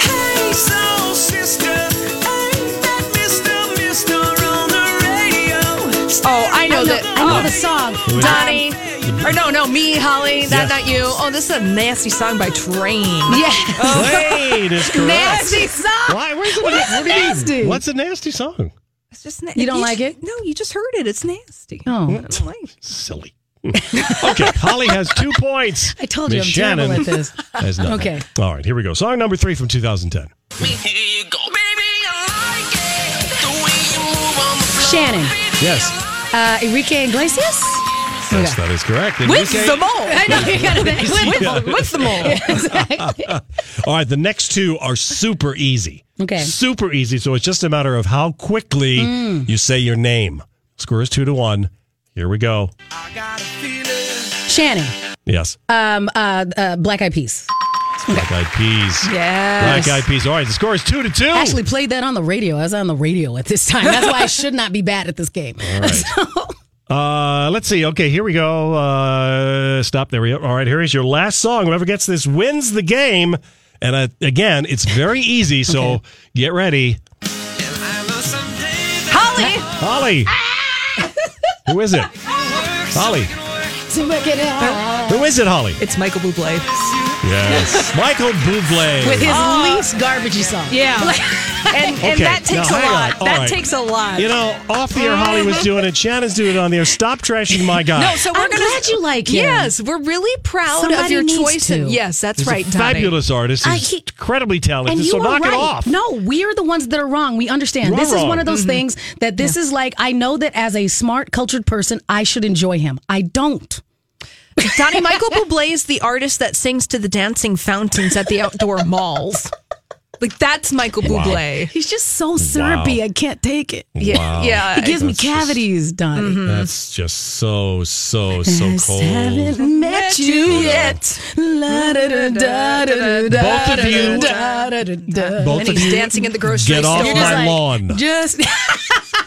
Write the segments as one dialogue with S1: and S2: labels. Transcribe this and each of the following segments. S1: Hey, soul sister, ain't that Mr. Mister on the radio?
S2: Oh, I
S3: I
S2: know
S3: know,
S2: that.
S3: I know
S2: oh.
S3: the song.
S2: Donnie. Or no, no, me, Holly, that, not you. Oh, this is a nasty song by Train. Oh. Yeah.
S4: Wait, is correct.
S2: nasty song.
S4: Why? Where's the
S2: What is
S4: what do you mean?
S2: nasty?
S4: What's a nasty song?
S2: It's just na-
S3: You don't
S2: ju-
S3: like it?
S2: No, you just heard it. It's nasty.
S3: Oh.
S2: I don't like it.
S4: Silly. okay, Holly has two points.
S3: I told you
S4: Miss
S3: I'm
S4: Shannon
S3: terrible at this.
S4: Has nothing.
S3: Okay.
S4: All right, here we go. Song number three from 2010.
S1: Here you go, baby, I like it. The way you move on the floor.
S3: Shannon.
S4: Yes,
S3: Uh, Enrique Iglesias?
S4: yes, that is correct.
S2: With
S4: Enrique-
S2: the mole.
S3: I know you got it.
S2: With, with the mole.
S3: exactly.
S4: All right, the next two are super easy.
S3: Okay. Hmm.
S4: Super easy. So it's just a matter of how quickly you say your name. Score is two to one. Here we go.
S1: I got a feeling.
S3: Shannon.
S4: Yes.
S3: Um, uh, uh, Black Eyed Peas.
S2: Oh.
S4: Black Eyed Peas.
S3: Yes.
S4: Black Eyed Peas. All right, the score is two to two.
S3: Actually played that on the radio. I was on the radio at this time. That's why I should not be bad at this game.
S4: Uh, let's see. Okay, here we go. Uh, stop. There we go. All right, here is your last song. Whoever gets this wins the game. And uh, again, it's very easy. So get ready,
S1: And I know someday that
S2: Holly.
S4: Holly. Who is it?
S1: works.
S4: Holly.
S1: It works.
S3: To make it out.
S4: Who is it, Holly?
S2: It's Michael Bublé.
S4: Yes, Michael Bublé.
S3: With his least garbagey song.
S2: Oh. Yeah. and and
S4: Okay,
S2: that takes
S4: now
S2: a
S4: hang on.
S2: lot.
S4: All
S2: That
S4: right.
S2: takes a lot.
S4: you know, off the air, Holly was doing it. Shannon's doing it on the air. Stop trashing my guy.
S2: no, so we're
S3: I'm
S2: gonna,
S3: glad you like him.
S2: Yes, we're really proud of
S3: Somebody
S2: your
S3: needs
S2: choice.
S3: to.
S2: Yes, that's
S4: He's
S2: right,
S4: a
S2: Donnie.
S4: fabulous artist.
S3: I-
S4: He's
S3: he-
S4: incredibly talented.
S3: And
S4: So
S3: you are
S4: knock
S3: right.
S4: it off.
S3: No, we're the ones that are wrong. We understand.
S4: You are
S3: this is
S4: wrong.
S3: one of those
S2: Mm-hmm.
S3: things that this is like, I know that as a smart, cultured person, I should enjoy him. I don't.
S2: Donnie Michael Bublé is the artist that sings to the dancing fountains at the outdoor malls. Like that's Michael Bublé.
S3: He's just so syrupy. I can't take it.
S2: Yeah, yeah.
S3: It gives me
S4: That's just-
S3: cavities, Donnie.
S4: That's just so so so cold.
S3: Haven't met you yet. Both
S4: Both of you- Both
S2: And
S4: of
S2: he's
S4: you
S2: dancing in the grocery
S4: get off
S2: store.
S4: my lawn
S3: Just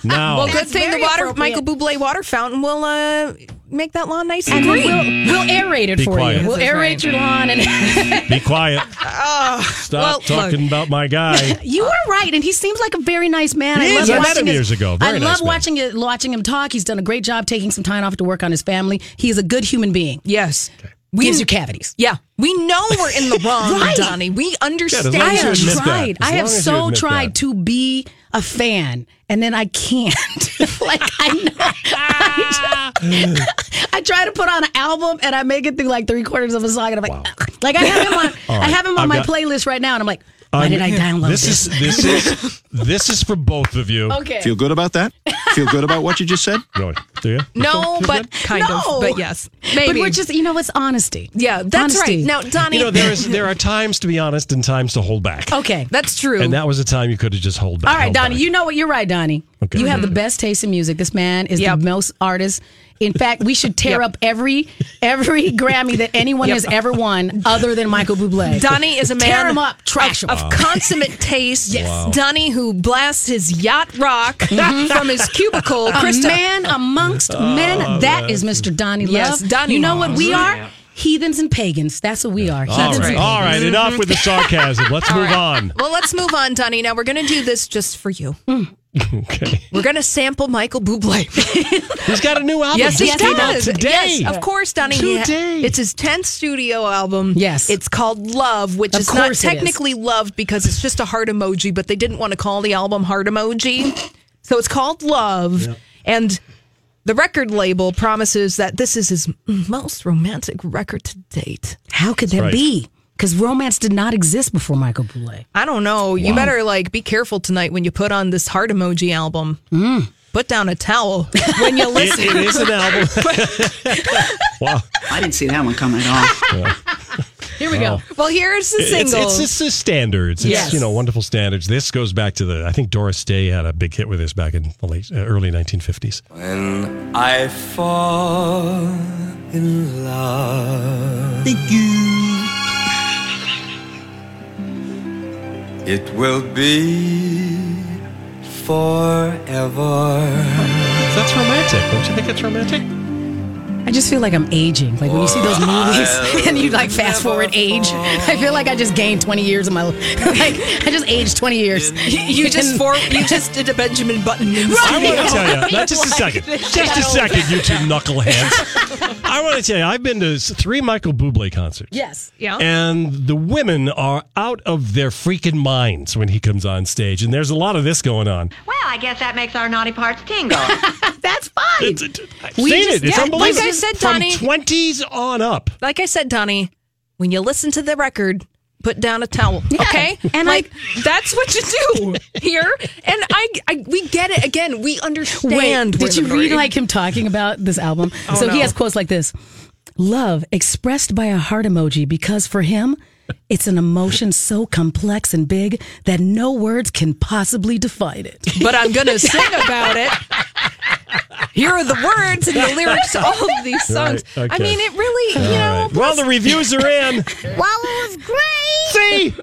S4: now.
S2: Well, good thing the
S3: very
S2: water
S3: appropriate.
S2: Michael Bublé water fountain will uh, make that lawn nice and
S3: and we'll,
S2: green.
S3: we'll aerate it
S4: Be
S3: for
S4: quiet.
S3: you. We'll
S2: That's
S3: aerate
S2: right.
S3: your lawn, and
S4: Be quiet. Stop
S2: well,
S4: talking about my guy.
S3: you are right. And he seems like a very nice man.
S4: He
S3: I
S4: is. I
S3: love
S4: met
S3: watching
S4: him
S3: his-
S4: years ago.
S3: I
S4: Very nice
S3: love
S4: man.
S3: watching it, watching him talk. He's done a great job taking some time off to work on his family. He is a good human being.
S2: Yes.
S3: We, Gives you cavities.
S2: Yeah. We know we're in the wrong,
S3: Right.
S2: Donnie. We understand.
S4: long
S3: I
S4: as you admit
S3: have
S4: that.
S3: tried.
S4: As
S3: I have
S4: long as you
S3: so
S4: admit
S3: tried
S4: that.
S3: to be a fan, and then I can't. like I know. I, just- I try to put on an album, and I make it through like three quarters of a song, and I'm like, "Ugh." like I have him on. I have him on
S4: I've
S3: my
S4: got- Um,
S3: playlist right now, and I'm like, why did I download this?
S4: This is this is this is for both of you.
S3: okay.
S5: Feel good about that? Feel good about what you just said?
S4: Really? Do you?
S2: No, but kind
S3: No.
S2: of. But yes.
S3: But
S2: Maybe.
S3: we're just, you know, it's honesty.
S2: yeah, that's
S3: Honesty.
S2: right. Now, Donnie,
S4: You know there is there are times to be honest and times to hold back.
S3: Okay.
S2: that's true.
S4: And that was a time you could have just hold back.
S3: All right,
S4: held
S3: Donnie,
S4: back.
S3: you know what? You're right, Donnie.
S4: Okay. Mm-hmm.
S3: You have the best taste in music. This man is
S2: Yep.
S3: the most artist. In fact, we should tear
S2: Yep.
S3: up every every Grammy that anyone has ever won, other than Michael Bublé.
S2: Donnie is a man
S3: Tear him up, trash
S2: of,
S3: him.
S2: of consummate taste. yes. Donnie, who blasts his yacht rock from his cubicle.
S3: a
S2: Krista,
S3: man
S4: Oh,
S3: amongst men. That is Mr. Donnie Love.
S2: Yes, Donnie.
S3: You know what we are? Heathens and pagans. That's what we are.
S4: All
S3: Heathens
S4: right.
S3: and
S4: All
S3: pagans.
S4: right. Enough with the sarcasm. Let's move on.
S2: Well, let's move on, Donnie. Now we're going to do this just for you.
S4: Okay.
S2: We're going to sample Michael Bublé.
S4: He's got a new album.
S2: Yes, he
S4: just came out
S2: does.
S4: Today.
S2: Yes, of course, Donnie. He ha-
S4: Today.
S2: it's his tenth studio album.
S3: Yes.
S2: it's called Love, which
S3: Of
S2: is not
S3: course it is.
S2: technically Love because it's just a heart emoji, but they didn't want to call the album Heart Emoji, so it's called Love. And the record label promises that this is his most romantic record to date.
S3: How could that
S4: right.
S3: be? Because romance did not exist before Michael Bublé.
S2: I don't know. You better like be careful tonight when you put on this heart emoji album. Put down a towel when you
S4: It-
S2: listen.
S4: it is an album. wow.
S6: I didn't see that one coming at all.
S3: Here we
S4: Oh.
S3: go.
S2: well, here's the
S4: It's,
S2: single.
S4: it's just the standards. It's,
S3: Yes.
S4: you know, wonderful standards. This goes back to the, I think Doris Day had a big hit with this back in the late, uh, early 1950s.
S1: When I fall in love, thank you. It will be forever.
S4: That's romantic. Don't you think it's romantic?
S3: I just feel like I'm aging. Like when you see those movies and you like fast forward age, I feel like I just gained 20 years of my life. Like I just aged 20 years.
S2: You just for, you just did a Benjamin Button.
S4: I
S3: Right.
S4: want to tell you, not just a
S3: Like
S4: second,
S3: this
S4: just a
S3: shadow.
S4: second, you two knuckleheads. I want to tell you, I've been to s- three Michael Bublé concerts.
S3: Yes.
S2: Yeah.
S4: And the women are out of their freaking minds when he comes on stage. And there's a lot of this going on.
S6: Well, I guess that makes our naughty parts tingle.
S3: That's fine.
S4: It's, it, I've
S3: We
S4: seen it. It's
S3: just- yeah, like I
S4: unbelievable.
S2: said,
S4: From
S2: Donnie-
S4: 20s on up.
S2: like I said, Donnie, when you listen to the record, put down a towel, okay?
S3: and I-
S2: like that's what you do here. And I, I we get it again. We understand.
S3: Wait,
S2: where
S3: did you
S2: the
S3: read
S2: brain- Oh,
S3: like him talking about this album? so he
S2: no.
S3: has quotes like this Love expressed by a heart emoji because for him, it's an emotion so complex and big that no words can possibly define it.
S2: But I'm gonna sing about it. Here are the words and the lyrics to all of these songs.
S4: Right,
S2: I
S4: okay.
S2: mean, it really, you know.
S4: All right. Well, the reviews are in.
S2: Well, it was great.
S4: See?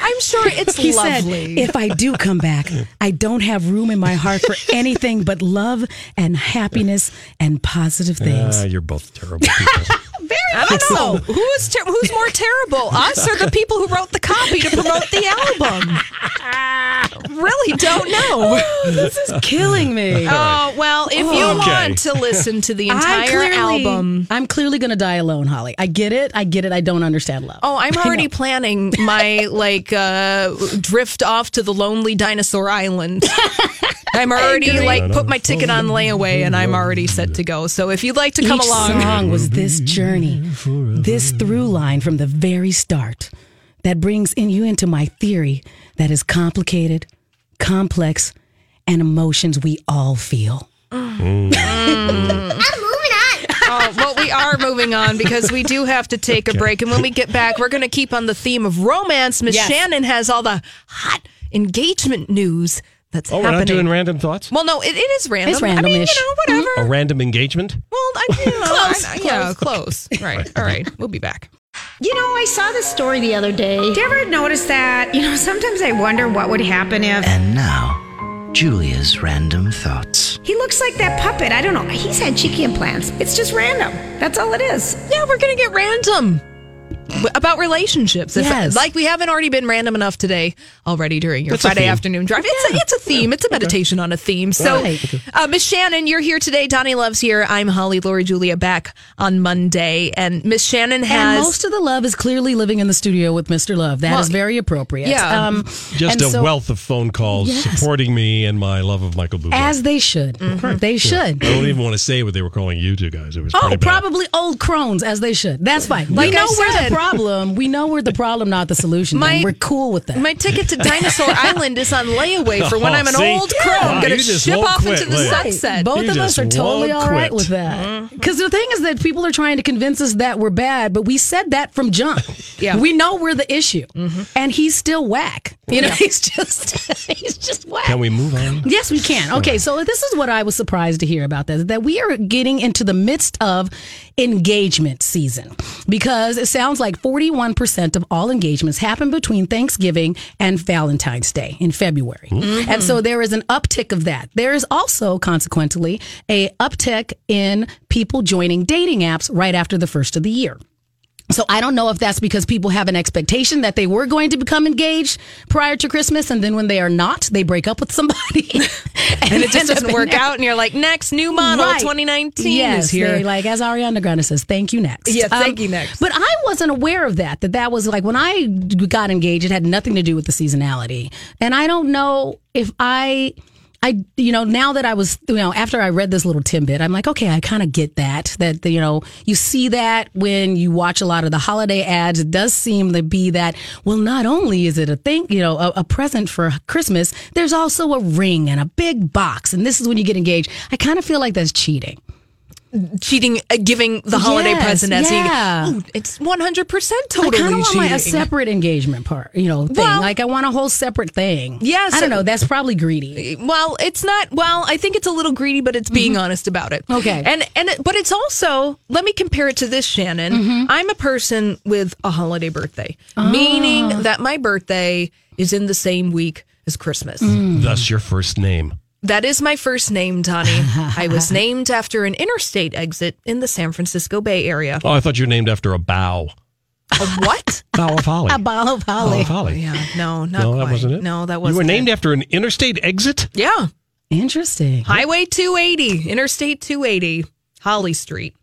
S2: I'm sure it's
S3: He
S2: lovely.
S3: said, if I do come back, I don't have room in my heart for anything but love and happiness and positive things.
S4: Ah, you're both terrible people.
S2: I don't know who's ter- who's more terrible, us or the people who wrote the copy to promote the album. Really don't know.
S3: this is killing me.
S2: Oh well, if you
S4: Okay.
S2: want to listen to the entire album.
S3: I'm clearly going to die alone, Holly. I get it. I get it. I don't understand love.
S2: Oh, I'm already planning my like uh, drift off to the lonely dinosaur island. I'm already like put my ticket on layaway and I'm already set to go. So if you'd like to come
S3: Each
S2: along,
S3: song was this journey, this through line from the very start that brings in you into my theory that is complicated, complex, and emotions we all feel.
S2: Oh, well, we are moving on because we do have to take a break. And when we get back, we're going to keep on the theme of romance. Miss
S3: Yes.
S2: Shannon has all the hot engagement news that's
S4: Oh, we're
S2: happening.
S4: not doing random thoughts?
S2: well, no, it, it is random. I mean,
S3: randomish. Mm-hmm.
S2: you know, whatever.
S4: A random engagement?
S2: Well, I, you know, close, I, yeah, close. Right. All right. We'll be back.
S6: You know, I saw this story the other day. Did you ever notice that? You know, sometimes I wonder what would happen if.
S1: And now, Julia's random thoughts.
S6: He looks like that puppet. I don't know. He's had cheeky implants. It's just random. That's all it is.
S2: Yeah, we're going to get random w- about relationships. If-
S3: Yes.
S2: like we haven't already been random enough today already during your
S4: It's a
S2: Friday
S4: theme.
S2: afternoon drive. It's, a, it's a theme. It's a meditation on a theme. So, uh, Miss Shannon, you're here today. Donnie Love's here. I'm Holly, Lori, Julia back on Monday. And Miss Shannon has...
S3: And most of the love is clearly living in the studio with Mr. Love. That is
S2: Well,
S3: very appropriate.
S2: yeah.
S3: Um,
S4: Just
S3: and
S4: a
S3: so-
S4: wealth of phone calls
S3: Yes.
S4: supporting me and my love of Michael Bublé.
S3: As they should.
S2: Mm-hmm.
S3: They should.
S4: I don't even want to say what they were calling you two guys. It was
S3: Oh,
S4: pretty bad.
S3: probably old crones, as they should. That's fine. Like
S2: know
S3: I said,
S2: we're-
S3: the problem. We know we're the problem, not the solution.
S2: My-
S3: and we're cool with that.
S2: My ticket to Dinosaur Island is on layaway for when
S4: Oh,
S2: I'm an
S4: see?
S2: old crow.
S4: Wow,
S2: I'm going
S4: you
S2: to
S4: just
S2: ship
S4: won't
S2: off
S4: quit,
S2: into the
S4: Leah.
S2: sunset.
S3: Both
S4: You
S3: of us
S4: just
S3: are totally
S4: won't
S3: all right
S4: quit.
S3: with that. Because the thing is that people are trying to convince us that we're bad, but we said that from jump.
S2: Yeah.
S3: We know we're the issue. And he's still whack. You know, he's just he's just whack.
S4: Can we move on?
S3: Yes, we can. Okay, so this is what I was surprised to hear about this that we are getting into the midst of engagement season because it sounds like 41% of all engagements happen between Thanksgiving and Valentine's Day in February. And so there is an uptick of that. There is also consequently a uptick in people joining dating apps right after the first of the year. So I don't know if that's because people have an expectation that they were going to become engaged prior to Christmas, and then when they are not, they break up with somebody, and,
S2: And it just
S3: end up
S2: doesn't
S3: in
S2: work
S3: there.
S2: out, and you're like, next new model,
S3: Right.
S2: 2019
S3: yes,
S2: is here.
S3: they, Like as Ariana Grande says, "Thank you next." Um,
S2: Yeah, thank you next.
S3: But I wasn't aware of that. That that was like when I got engaged. It had nothing to do with the seasonality, and I don't know if I. I, you know, now that I was, you know, after I read this little tidbit, I'm like, okay, I kind of get that. That, you know, you see that when you watch a lot of the holiday ads, it does seem to be that, well, not only is it a thing, you know, a, a present for Christmas, there's also a ring and a big box. And this is when you get engaged. I kind of feel like that's cheating.
S2: cheating, uh, giving the holiday
S3: Yes,
S2: present as
S3: yeah.
S2: he, Ooh, it's 100% totally
S3: I kind of want my, a
S2: cheating.
S3: separate engagement part, you know, thing.
S2: Well-
S3: like I want a whole separate thing.
S2: Yes. Eh.
S3: I don't know. That's probably greedy.
S2: well, it's not. Well, I think it's a little greedy, but it's being honest about it.
S3: Okay.
S2: and and it- but it's also. Let me compare it to this, Shannon. I'm a person with a holiday birthday, meaning that my birthday is in the same week as Christmas.
S3: Mm.
S4: Thus, your first name.
S2: That is my first name, Donnie. I was named after an interstate exit in the San Francisco Bay Area.
S4: Oh, I thought you were named after a bow.
S2: A what?
S4: Bow of Holly.
S3: A ball of
S4: Bow
S3: holly. Oh,
S4: of Holly.
S2: yeah, no, not
S4: no,
S2: quite.
S4: that wasn't it.
S2: No, that wasn't.
S4: You were named
S2: it.
S4: after an interstate exit.
S2: Yeah,
S3: Interesting.
S2: Highway 280, Interstate 280, Holly Street.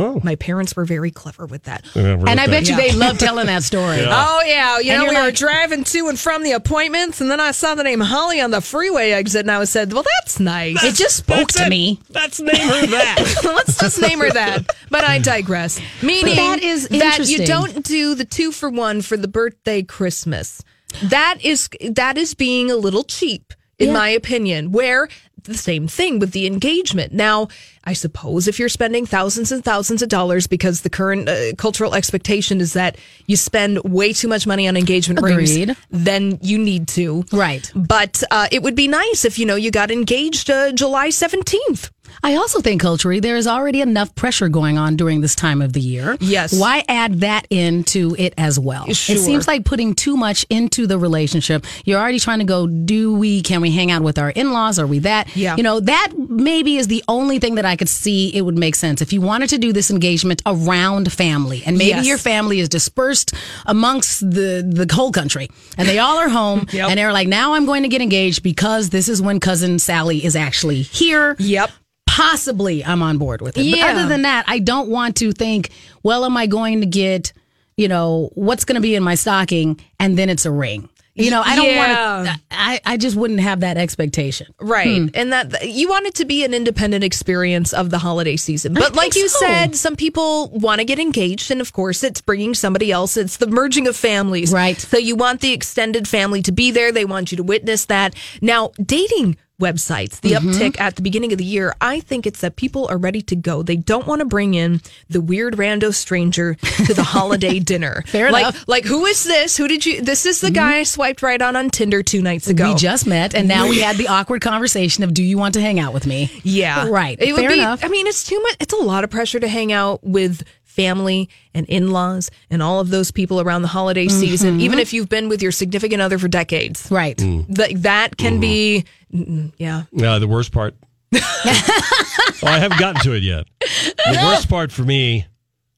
S4: Oh.
S2: My parents were very clever with that.
S3: And I bet you they
S2: Yeah.
S3: love telling that story.
S2: Oh yeah, you
S3: And
S2: know
S3: you're
S2: we were
S3: like-
S2: driving to and from the appointments, and then I saw the name Holly on the freeway exit, and I was said, "Well, that's nice.
S3: It just spoke to me.
S4: That's name her that.
S2: Let's just name her that." But I digress. Meaning
S3: that is
S2: that you
S3: interesting.
S2: don't do the two for one for the birthday Christmas. That is that is being a little cheap, in
S3: Yeah.
S2: my opinion. Where the same thing with the engagement. Now, I suppose if you're spending thousands and thousands of dollars because the current uh, cultural expectation is that you spend way too much money on engagement
S3: Agreed.
S2: rings, then you need to.
S3: Right.
S2: But uh, it would be nice if you know you got engaged uh, July 17th.
S3: I also think culturally there is already enough pressure going on during this time of the year.
S2: Yes.
S3: Why add that into it as well?
S2: Sure.
S3: It seems like putting too much into the relationship. You're already trying to go, do we, can we hang out with our in laws? Are we that?
S2: Yeah.
S3: You know, that maybe is the only thing that I could see it would make sense. If you wanted to do this engagement around family, and maybe
S2: Yes.
S3: your family is dispersed amongst the, the whole country and they all are home
S2: Yep.
S3: and they're like, now I'm going to get engaged because this is when cousin Sally is actually here
S2: Yep.
S3: possibly I'm on board with it.
S2: Yeah.
S3: But other than that, I don't want to think, well, am I going to get, you know, what's going to be in my stocking? And then it's a ring. You know, I don't want
S2: Yeah.
S3: to, I, I just wouldn't have that expectation.
S2: Right.
S3: Hmm.
S2: And that you want it to be an independent experience of the holiday season. But
S3: think
S2: like you
S3: so.
S2: said, some people want to get engaged. And of course, it's bringing somebody else. It's the merging of families.
S3: Right.
S2: So you want the extended family to be there. They want you to witness that. Now, dating websites, the
S3: Mm-hmm.
S2: uptick at the beginning of the year, I think it's that people are ready to go. They don't want to bring in the weird rando stranger to the holiday dinner.
S3: Fair
S2: like,
S3: enough. Mm-hmm.
S2: Like, who is this? Who did you? This is the guy I swiped right on on Tinder two nights ago.
S3: We just met and now we had the awkward conversation of, do you want to hang out with me?
S2: Yeah.
S3: Right.
S2: It would
S3: Fair
S2: be,
S3: enough.
S2: I mean, it's too much. It's a lot of pressure to hang out with family and in laws and all of those people around the holiday
S3: Mm-hmm.
S2: season, even if you've been with your significant other for decades.
S3: Right.
S2: Like that can be,
S3: Mm-hmm.
S2: mm, yeah.
S4: No, the worst part. well, I haven't gotten to it yet. The worst part for me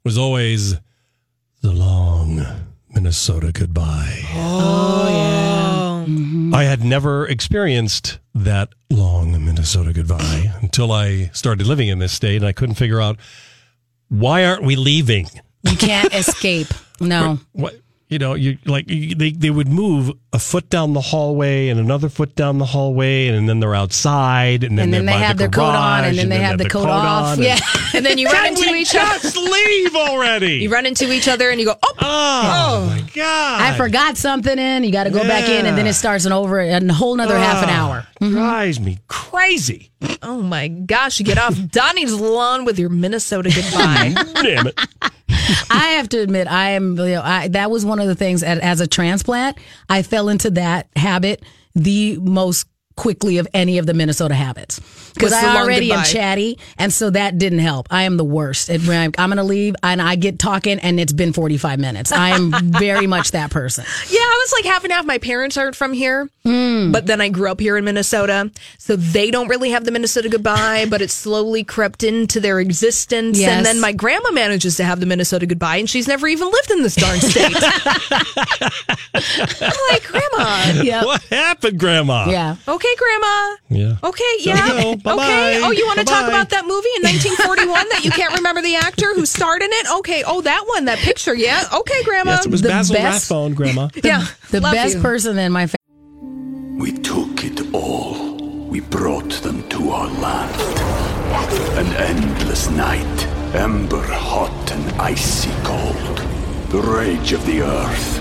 S4: was always the long Minnesota goodbye. Oh, yeah. Mm-hmm. I had never experienced that long Minnesota goodbye until I started living in this state and I couldn't figure out why aren't we leaving?
S3: You can't escape. No.
S4: what you know you like you, they, they would move a foot down the hallway and another foot down the hallway and, then they're outside and then,
S3: And then
S4: they're
S3: they
S4: by
S3: have
S4: the
S3: their coat on
S4: garage,
S3: and then they have the coat off.
S4: on,
S3: Yeah.
S4: and-
S2: And then you run
S4: Can
S2: into
S4: we
S2: each other.
S4: just leave already
S2: You run into each other and you go, oh,
S4: oh, my god
S3: I forgot something in, you got to go back in and then
S4: Yeah.
S3: it starts an over a whole nother half an
S4: Ah,
S3: hour. Mm-hmm.
S4: drives me crazy
S2: oh my gosh, you get off Donnie's lawn with your Minnesota goodbye.
S4: damn it
S3: I have to admit, I am. You know, I, that was one of the things at, as a transplant, I fell into that habit the most quickly of any of the Minnesota habits because
S2: What's the
S3: I
S2: long
S3: already am
S2: goodbye?
S3: chatty, and so that didn't help. I am the worst. It, when I'm, I'm going to leave, and I get talking, and it's been 45 minutes. I am very much that person.
S2: Yeah, I was like half and half. My parents aren't from here,
S3: Hmm.
S2: but then I grew up here in Minnesota, so they don't really have the Minnesota goodbye, but it slowly crept into their existence.
S3: Yes.
S2: And then my grandma manages to have the Minnesota goodbye, and she's never even lived in this darn state. I'm like, Grandma.
S3: Yeah.
S4: What happened, Grandma?
S3: Yeah. Oh,
S2: Okay, Grandma.
S4: Yeah.
S2: Okay, yeah.
S4: you go. Bye-bye.
S2: Okay. Oh, you want to talk
S4: Bye-bye.
S2: about that movie in 1941 that you can't remember the actor who starred in it? Okay. Oh, that one, that picture. Yeah. Okay, Grandma.
S4: Yes, it was
S3: The
S4: Basil
S3: best-
S4: Rathbone, Grandma.
S2: yeah.
S3: The
S2: Love
S3: best
S2: you.
S3: person in my family.
S7: We took it all. We brought them to our land. An endless night, ember hot and icy cold. The rage of the earth.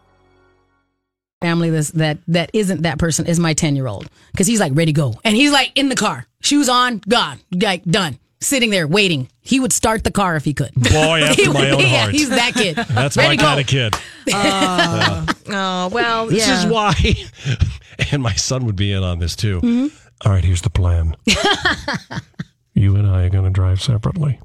S3: family that's, that that isn't that person is my 10 year old because he's like ready go and he's like in the car shoes on gone like done sitting there waiting he would start the car if he could
S4: Boy
S3: He
S4: after
S3: would-
S4: my own
S3: yeah,
S4: heart.
S3: he's that kid
S4: That's
S3: ready
S4: my
S3: go.
S4: kind of kid.
S2: Oh, well,
S4: This
S2: yeah.
S4: is why, and my son would be in on this too.
S2: Mm-hmm.
S4: All right, here's the plan. you and I are going to drive separately.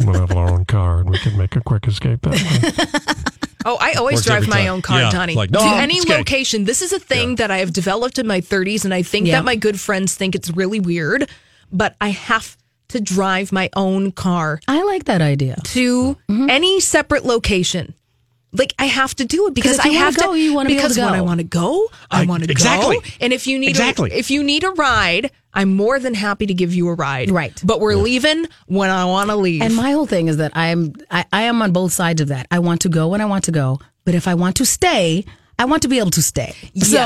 S4: We'll have our own car, and we can make a quick escape that way.
S2: Oh, I always
S4: Works
S2: drive
S4: every
S2: my
S4: time.
S2: own car,
S4: Yeah,
S2: Donnie.
S4: like, no,
S2: to
S4: I'm
S2: any
S4: scared.
S2: location. This is a thing that I have developed in my 30s, and I think
S3: Yeah.
S2: that my good friends think it's really weird, but I have to drive my own car
S3: i like that idea
S2: to
S3: Mm-hmm.
S2: any separate location. Like I have to do it because
S3: if
S2: I
S3: you wanna
S2: have
S3: go,
S2: to.
S3: you wanna be able
S2: because
S3: to
S2: when
S3: go.
S2: I want to go, I,
S4: I-
S2: want to
S4: exactly.
S2: go. And if you need
S4: Exactly.
S2: a, if you need a ride, I'm more than happy to give you a ride.
S3: Right.
S2: But we're leaving when I want to leave.
S3: and my whole thing is that i'm I, I am on both sides of that i want to go when i want to go but if i want to stay i want to be able to stay
S2: Yes.
S3: so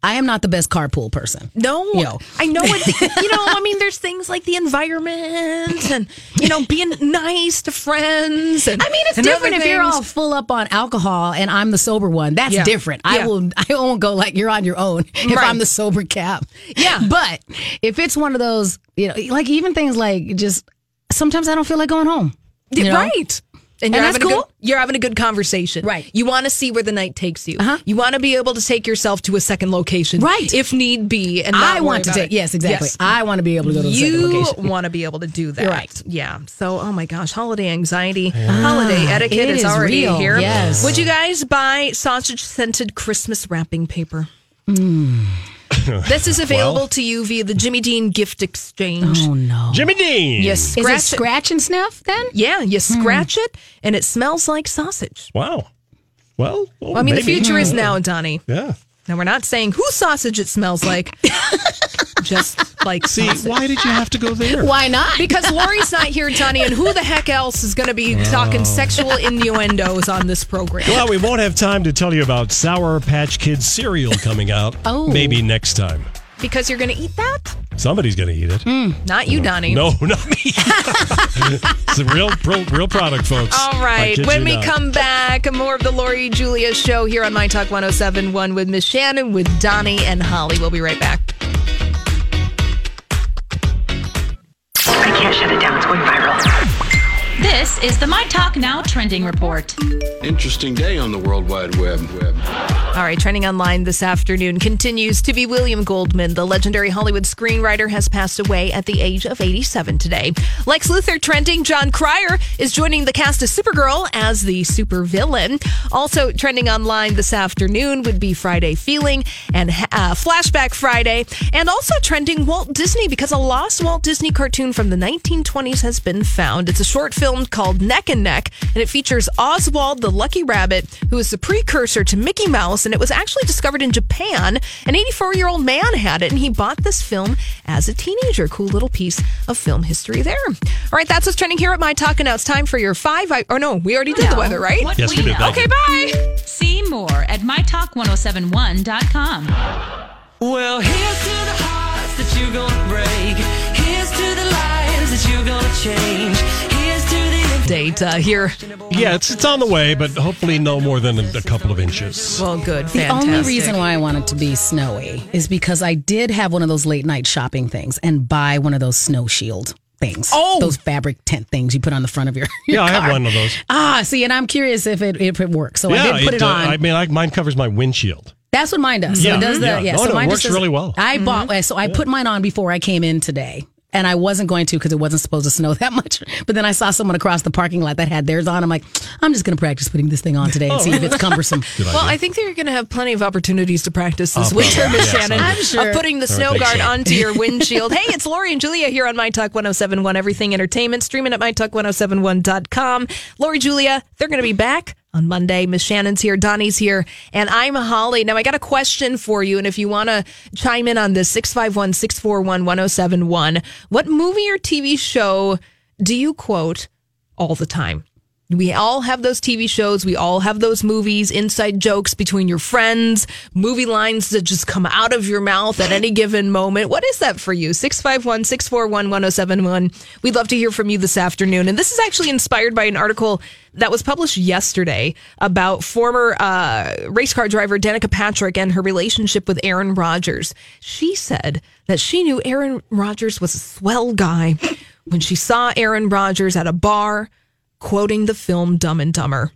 S3: i am not the best carpool person
S2: No,
S3: Yo.
S2: I know it. You know, I mean, there's things like the environment and you know being nice to friends. And
S3: I mean, it's
S2: and
S3: different
S2: other
S3: if you're
S2: things.
S3: all full up on alcohol and I'm the sober one. That's
S2: Yeah.
S3: different. I
S2: Yeah.
S3: will. I won't go like you're on your own if
S2: Right.
S3: I'm the sober cap.
S2: Yeah.
S3: but if it's one of those, you know, like even things like just sometimes I don't feel like going home.
S2: Yeah,
S3: You know?
S2: right. And you're
S3: And that's
S2: having a good,
S3: cool.
S2: you're having a good conversation,
S3: Right.
S2: You want to see where the night takes you. You want to be able to take yourself to a second location,
S3: Right.
S2: If need be, and not
S3: I
S2: worry
S3: want to
S2: about
S3: take
S2: it.
S3: yes, exactly.
S2: Yes.
S3: I want to be able to go to the second
S2: you
S3: location.
S2: want to be able to do that,
S3: You're right.
S2: Yeah. So, oh my gosh, holiday anxiety, holiday etiquette
S3: it
S2: Ah, is
S3: is
S2: already
S3: real.
S2: here.
S3: Yes.
S2: Would you guys buy sausage scented Christmas wrapping paper?
S4: Hmm.
S2: this is available to you via the Jimmy Dean Gift Exchange.
S3: Oh no!
S4: Jimmy Dean.
S2: You
S3: Is
S2: scratch
S3: it scratch and sniff then?
S2: Yeah, you
S4: Hmm.
S2: scratch it, and it smells like sausage.
S4: Wow. Well, well,
S2: Well, I mean, the
S4: maybe. Hmm. Mm-hmm.
S2: future is now, Donnie.
S4: Yeah.
S2: Now we're not saying whose sausage it smells like, just like
S4: See,
S2: sausage.
S4: why did you have to go there?
S3: Why not?
S2: Because Lori's not here, Donnie, and who the heck else is going to be
S4: Oh.
S2: talking sexual innuendos on this program?
S4: Well, we won't have time to tell you about Sour Patch Kids cereal coming out.
S3: Oh.
S4: Maybe next time.
S2: Because you're going to eat that?
S4: Somebody's going to eat it.
S2: Hmm. Not you, Donnie.
S4: No, not me. it's a real, real, real product, folks.
S2: All
S4: I
S2: right.
S4: kid
S2: When
S4: you
S2: we
S4: not.
S2: come back, more of the Lori Julia show here on My Talk 1071 with Miss Shannon, with Donnie and Holly. We'll be right back.
S8: I can't shut it down. It's going viral. This is the My Talk Now trending report.
S5: Interesting day on the World Wide Web.
S2: All right, trending online this afternoon continues to be William Goldman. The legendary Hollywood screenwriter has passed away at the age of 87 today. Lex Luthor trending, John Cryer is joining the cast of Supergirl as the supervillain. Also trending online this afternoon would be Friday Feeling and uh, Flashback Friday. And also trending Walt Disney because a lost Walt Disney cartoon from the 1920s has been found. It's a short film world called Neck and Neck, and it features Oswald the Lucky Rabbit, who is the precursor to Mickey Mouse, and it was actually discovered in Japan. An 84 year old man had it, and he bought this film as a teenager. Cool little piece of film history there. All right, that's what's trending here at My Talk, and now it's time for your five. I, oh, no, we already did the
S8: No.
S2: weather, right?
S8: What Yes, we we did. know.
S2: Okay, bye.
S8: See more at mytalk1071.com.
S1: Well, here's to the hearts that you're gonna break. Here's to the lives that you're gonna change. Here's to the
S2: Date uh, here.
S4: Yeah, it's it's on the way, but hopefully no more than a, a couple of inches.
S2: Well, good.
S3: The only reason why I want it to be snowy is because I did have one of those late night shopping things and buy one of those snow shield things. Oh, those fabric tent things you put on the front of your. your
S4: Yeah, I have
S3: car.
S4: one of those.
S3: Ah, see, and I'm curious if it if it works. So Oh, I did put it,
S4: uh,
S3: on.
S4: I mean, I, mine covers my windshield.
S3: That's what mine does. So
S4: Yeah,
S3: it does the
S4: yeah.
S3: yeah.
S4: No,
S3: so
S4: no, it
S3: mine
S4: works
S3: just does-
S4: really well. Mm-hmm.
S3: I bought uh, so I put mine on before I came in today. And I wasn't going to because it wasn't supposed to snow that much. But then I saw someone across the parking lot that had theirs on. I'm like, I'm just going to practice putting this thing on today
S4: Oh,
S3: and see if it's cumbersome.
S2: well, I think that you're going to have plenty of opportunities to practice this
S3: Oh,
S2: winter,
S3: probably.
S2: Miss
S3: Yes,
S2: Shannon.
S3: I'm sure.
S2: Of putting the
S3: I would
S2: snow
S3: think
S2: guard
S3: so.
S2: onto your windshield. hey, it's Lori and Julia here on My Talk 1071 Everything Entertainment, streaming at MyTalk1071.com. Lori, Julia, they're going to be back on Monday. Miss Shannon's here, Donnie's here, and I'm Holly. Now, I got a question for you, and if you want to chime in on this, 651 641 1071. What movie or TV show do you quote all the time? We all have those TV shows. We all have those movies, inside jokes between your friends, movie lines that just come out of your mouth at any given moment. What is that for you? 651 641 1071. We'd love to hear from you this afternoon. And this is actually inspired by an article that was published yesterday about former uh, race car driver Danica Patrick and her relationship with Aaron Rodgers. She said that she knew Aaron Rodgers was a swell guy when she saw Aaron Rodgers at a bar quoting the film Dumb and Dumber.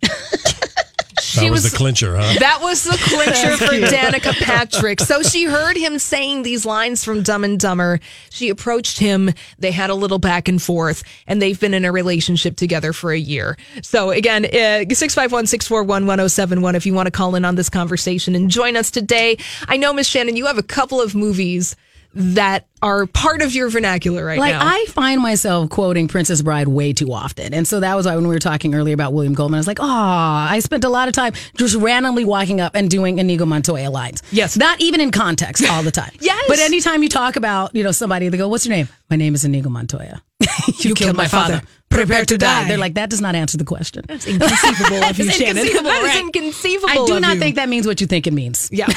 S4: that was, the clincher, huh?
S2: That was the clincher for
S4: Cute.
S2: Danica Patrick. So she heard him saying these lines from Dumb and Dumber. She approached him. They had a little back and forth, and they've been in a relationship together for a year. So again, uh, six five one six four one one zero seven one. If you want to call in on this conversation and join us today, I know Miss Shannon, you have a couple of movies that are part of your vernacular right
S3: like
S2: now.
S3: I find myself quoting Princess Bride way too often, and so that was why when we were talking earlier about William Goldman, I was like, "Ah, I spent a lot of time just randomly walking up and doing Inigo Montoya lines." Yes, not even in context all the time. yes, but anytime you talk about you know somebody, they go, "What's your name?" My name is Inigo Montoya. you, killed, my father. Prepare to die. They're like, that does not answer the question. That's
S2: inconceivable
S3: of you, Shannon.
S2: That is
S3: Right.
S2: inconceivable.
S3: I do
S2: of
S3: not
S2: you.
S3: think that means what you think it means.
S2: Yeah. but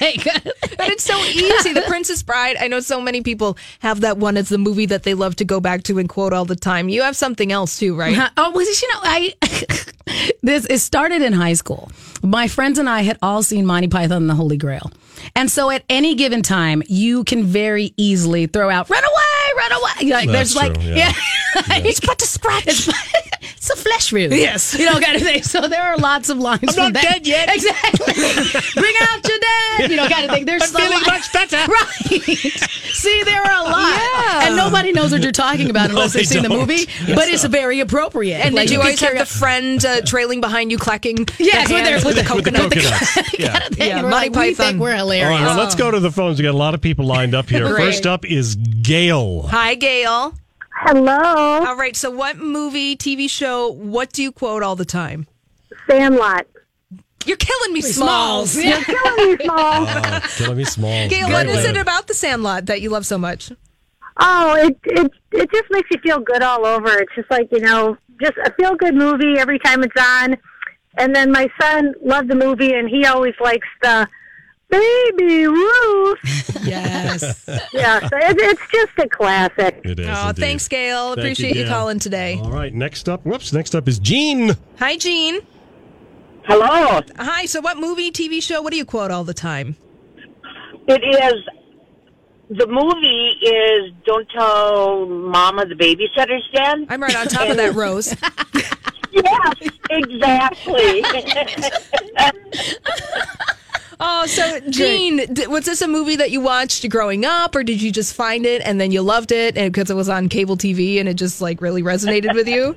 S2: it's so easy. The Princess Bride. I know so many people have that one as the movie that they love to go back to and quote all the time. You have something else too, right?
S3: Huh. Oh, was it, you know, I this it started in high school. My friends and I had all seen Monty Python and the Holy Grail. And so at any given time, you can very easily throw out run away, run away. Like
S1: That's
S3: there's like
S1: true, yeah.
S3: yeah. it's but to scratch. It's, it's a flesh wound.
S1: Yes.
S3: You know, kind of thing. So there are lots of lines. I'm from
S1: not
S3: that.
S1: dead yet.
S3: Exactly. Bring out your dead. You know, kind of thing. There's
S1: I'm feeling
S3: much better. Right. See, there are a lot.
S1: Yeah.
S3: And nobody knows what you're talking about
S1: No,
S3: unless they've
S1: they
S3: seen the
S1: don't.
S3: movie.
S1: Yes.
S3: But it's very appropriate.
S2: And
S3: Like,
S2: did you
S3: can
S2: always have
S3: carry
S2: the
S3: on.
S2: friend uh, trailing behind you, clacking?
S3: Yes,
S2: the
S3: with
S2: hand
S3: their- with the coconut.
S4: yeah.
S2: Yeah,
S3: We're
S2: Monty
S3: like, we
S2: Python.
S3: think we're
S4: All
S3: hilarious.
S4: right, well, let's go to the phones. We got a lot of people lined up here.
S2: Great.
S4: First up is Gail.
S2: Hi, Gail.
S9: Hello.
S2: All right. So, what movie, TV show? What do you quote all the time?
S9: Sandlot.
S2: You're killing me,
S9: Smalls.
S2: Smalls.
S9: You're killing me, Smalls.
S4: Oh, killing me small.
S2: Gail, what is it about the Sandlot that you love so much?
S9: Oh, it it it just makes you feel good all over. It's just like you know, just a feel good movie every time it's on. And then my son loved the movie, and he always likes the baby roof.
S3: Yes.
S9: yeah, so it, it's just a classic.
S4: It is.
S2: Oh,
S4: indeed.
S2: thanks, Gail.
S4: Thank you,
S2: Appreciate you,
S4: Gail.
S2: calling today.
S4: All right, next up. Whoops, next up is Uh, Gene.
S2: Hi, Gene.
S10: Hello.
S2: Hi. So, what movie, TV show? What do you quote all the time?
S10: It is the movie is Don't Tell Mama the Babysitter's Den.
S2: I'm right on top of that, Rose.
S10: yeah, exactly.
S2: Oh, so Gene, d- was this a movie that you watched growing up, or did you just find it and then you loved it, and because it was on cable TV and it just like really resonated with you?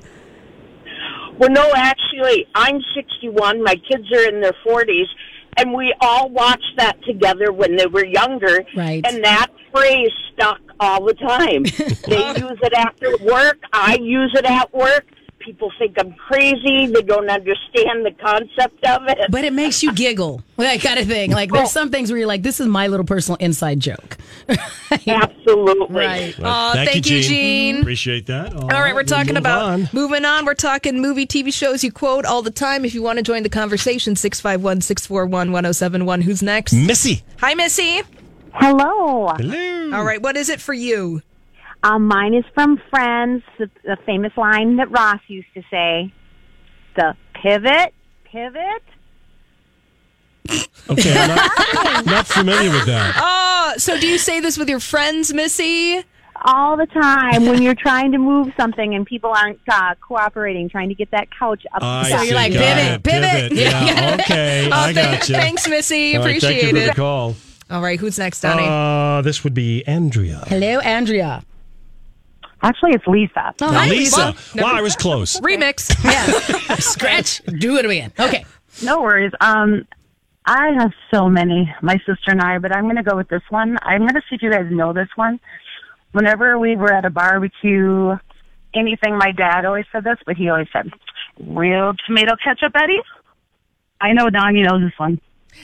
S10: well, no, actually, I'm 61. My kids are in their 40s, and we all watched that together when they were younger.
S3: Right.
S10: And that phrase stuck all the time. they use it after work. I use it at work.
S11: People think I'm crazy. They don't understand the concept of it.
S3: But it makes you giggle, that kind of thing. Like there's some things where you're like, this is my little personal inside joke.
S11: Absolutely.
S3: Right.
S12: Aw, thank you, Gene.
S4: Appreciate that.
S12: All right, we're
S4: we'll
S12: talking
S4: move
S12: about
S4: on.
S12: moving on. We're talking movie, TV shows you quote all the time. If you want to join the conversation, 651 641 1071. Who's next?
S4: Missy.
S12: Hi, Missy.
S13: Hello.
S4: Hello.
S12: All right, what is it for you?
S13: Um, mine is from Friends, the, the famous line that Ross used to say the pivot, pivot.
S4: Okay, I'm not, not familiar with that.
S12: Oh, so do you say this with your friends, Missy?
S13: All the time when you're trying to move something and people aren't uh, cooperating, trying to get that couch up.
S4: I
S13: so
S4: see,
S13: you're like,
S4: got
S13: pivot,
S4: it, pivot. Yeah, okay,
S12: Oh,
S4: I
S12: thank-
S4: gotcha.
S12: Thanks, Missy.
S4: All right,
S12: Appreciate
S4: thank you for
S12: it.
S4: the call.
S12: All right, who's next, Donnie?
S4: Uh, this would be Andrea.
S3: Hello, Andrea.
S13: Actually, it's Lisa.
S4: Now, Lisa. Wow, I was close.
S12: Remix.
S3: Yeah. Scratch. Do it again. Okay.
S14: No worries. Um, I have so many, my sister and I, but I'm going to go with this one. I'm going to see if you guys know this one. Whenever we were at a barbecue, anything, my dad always said this, but he always said, real tomato ketchup, Eddie. I know Donnie knows this one.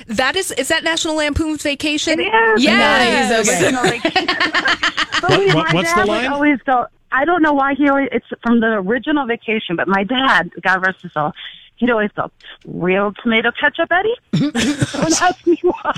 S12: That is, is that National Lampoon's Vacation?
S14: is.
S12: Yes.
S14: Nice, okay. But we- Oh, my dad would always go. I don't know why he always. It's from the original Vacation, but my dad, God rest his soul, he'd always go, "Real tomato ketchup, Eddie." don't ask me why.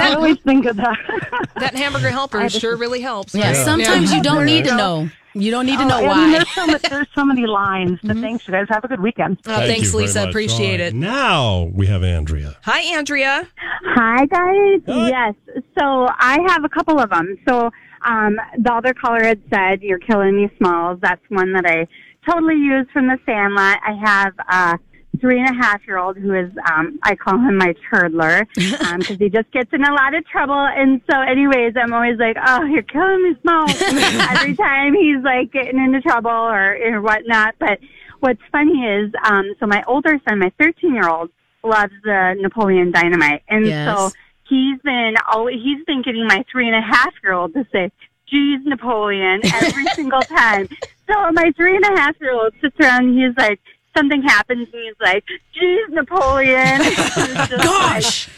S14: I always think of that.
S12: That hamburger helper sure really helps.
S3: Yeah.
S12: right?
S3: Sometimes
S12: Yeah.
S3: you don't need to know. You don't need to know
S14: Oh, I mean,
S3: why.
S14: there's, so much, there's so many lines. But thanks, you guys. Have a good weekend.
S4: Thank you very much. All right, Now we have Andrea.
S12: Hi, Andrea.
S2: Hi, guys. Yes. So I have a couple of them. So um, the other caller had said, You're killing me, Smalls. That's one that I totally use from the Sandlot. I have a three and a half year old who is, um, I call him my turtler because he just gets in a lot of trouble. And so, anyways, I'm always like, Oh, you're killing me, Smalls. Every time he's like getting into trouble or, or whatnot. But what's funny is, um, so my older son, my 13 year old, loves the Napoleon Dynamite, and
S15: Yes.
S2: so he's been always he's been getting my three and a half year old to say, "Geez, Napoleon," every single time. So my three and a half year old sits around, and he's like, something happens, and he's like, "Geez, Napoleon." Gosh.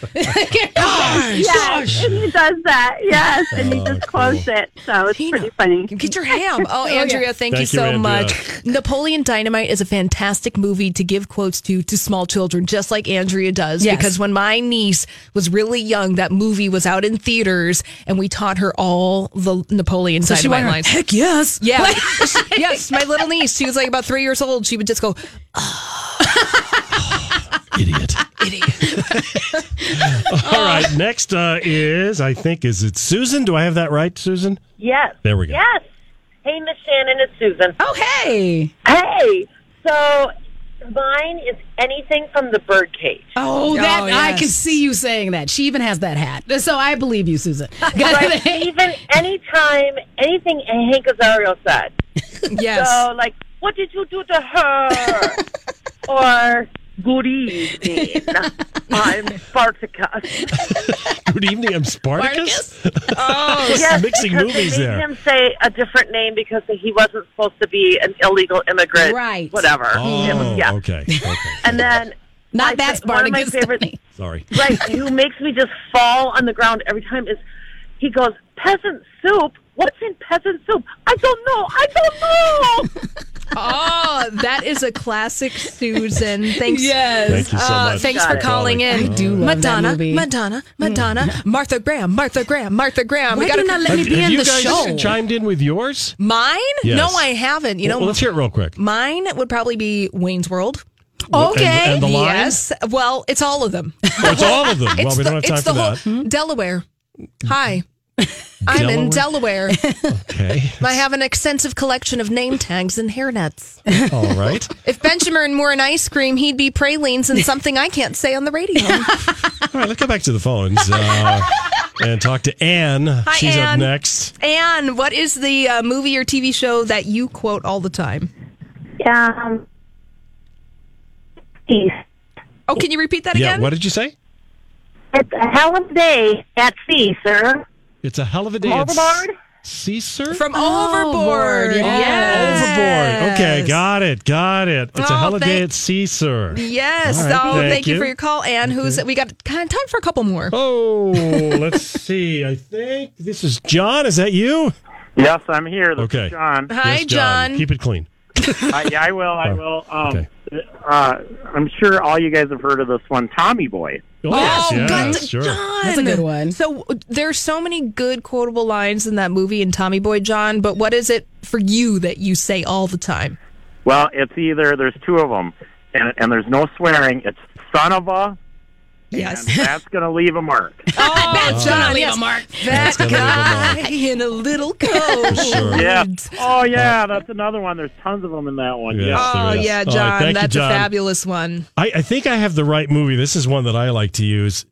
S3: Gosh.
S2: yes, And he does that, yes, and he just quotes it. So it's pretty funny.
S12: Get your ham. Oh, Andrea, thank, you
S2: Thank you,
S12: so
S2: Andrea.
S12: much. Napoleon Dynamite is a fantastic movie to give quotes to to small children, just like Andrea does.
S3: Yes.
S12: Because when my niece was really young, that movie was out in theaters, and we taught her all the Napoleon
S3: So she
S12: Dynamite
S3: went,
S12: lines.
S3: "Heck yes."
S12: yeah,
S3: Like-
S12: yes. My little niece, she was like about three years old. She would just go, Oh.
S4: All right, next uh, is I think is it Susan? Do I have that right, Susan?
S15: Yes.
S4: There we go.
S15: Yes. Hey, Miss Shannon, it's Susan.
S3: Oh, hey.
S15: Hey. So mine is anything from the birdcage.
S3: Oh, that I can see you saying that. She even has that hat. So I believe you, Susan.
S15: But even anytime, anything Hank Azario said.
S12: Yes.
S15: So, uh, like, what did you do to her? or, good evening. I'm Spartacus.
S4: Good evening. I'm Spartacus.
S15: yes,
S4: Oh, mixing
S15: because
S4: movies
S15: they made
S4: there.
S15: him say a different name because he wasn't supposed to be an illegal immigrant.
S3: Right.
S15: Whatever. It
S4: Oh,
S15: was- yeah.
S4: okay. okay.
S15: And then.
S3: Not that
S15: One of my
S3: Spartacus,
S15: favorite,
S4: Sorry.
S15: right, who makes me just fall on the ground every time is he goes, Peasant soup? What's in peasant soup? I don't know. I don't know.
S12: "Oh, that is a classic, Susan." Thanks.
S3: Yes.
S4: Thank you so
S12: Uh,
S4: much
S12: thanks
S4: for
S12: for calling
S4: calling.
S12: in.
S4: I do love that
S12: Madonna,
S4: movie.
S12: Madonna, Madonna, Martha Graham, Martha Graham, Martha Graham.
S3: Why do you not let me
S4: have, have you guys chimed in with yours?
S12: Mine?
S4: Yes.
S12: No, I haven't. You know,
S4: Well, let's hear it real quick.
S12: Mine would probably be Wayne's World.
S4: Wh- and- and the line?
S12: yes. Well, it's all of them.
S4: Oh, it's all of them.
S12: It's
S4: well, we
S12: the-
S4: don't have time
S12: it's
S4: for
S12: the
S4: that.
S12: whole- Delaware. Hi. I'm in Delaware.
S4: Okay.
S12: I have an extensive collection of name tags and hairnets.
S4: All right.
S12: If Benjamin were an ice cream, he'd be pralines and something I can't say on the radio.
S4: All right. Let's go back to the phones uh, and talk to Anne.
S12: Hi,
S4: She's
S12: Anne.
S4: up next.
S12: Anne, what is the uh, movie or TV show that you quote all the time?
S2: Um, it's
S12: Oh, can you repeat that
S4: yeah.
S12: again?
S4: What did you say?
S2: a hell of a day at sea, sir.
S4: It's a hell of a day. It's-
S2: Overboard?
S4: Sea surf?
S1: From Overboard. Yes.
S4: Overboard. Okay, got it. Got it. It's
S1: Oh,
S4: a holiday
S1: thank-
S4: at sea, sir.
S1: Yes.
S4: All right,
S1: oh, thank, you. for your call, Anne. Who's we got kind time for a couple more.
S4: Oh, let's see. I think this is John. Is that you?
S2: Yes, I'm here. This
S4: okay.
S2: is John.
S4: Yes, Keep it clean.
S2: I, yeah, I will. I
S4: Oh,
S2: will. Um, uh, I'm sure all you guys have heard of this one, Tommy Boy.
S1: Oh, That's a good one. So uh, there's so many good quotable lines in that movie in Tommy Boy John, but what is it for you that you say all the time?
S2: Well, it's either there's two of them, and, and there's no swearing. It's son of a.
S1: Yes.
S2: And that's gonna leave a mark.
S1: That's
S2: gonna
S1: leave a mark. That
S2: gonna
S1: guy in a little coat.
S2: Yeah. Oh
S4: Uh,
S2: yeah, that's another one. There's tons of them in that one.
S4: Yes,
S2: Yeah.
S4: there
S1: Oh
S4: is.
S1: yeah,
S4: All right,
S1: John.
S4: thank you,
S1: that's
S4: John.
S1: a fabulous one.
S4: I, I think I have the right movie. This is one that I like to use.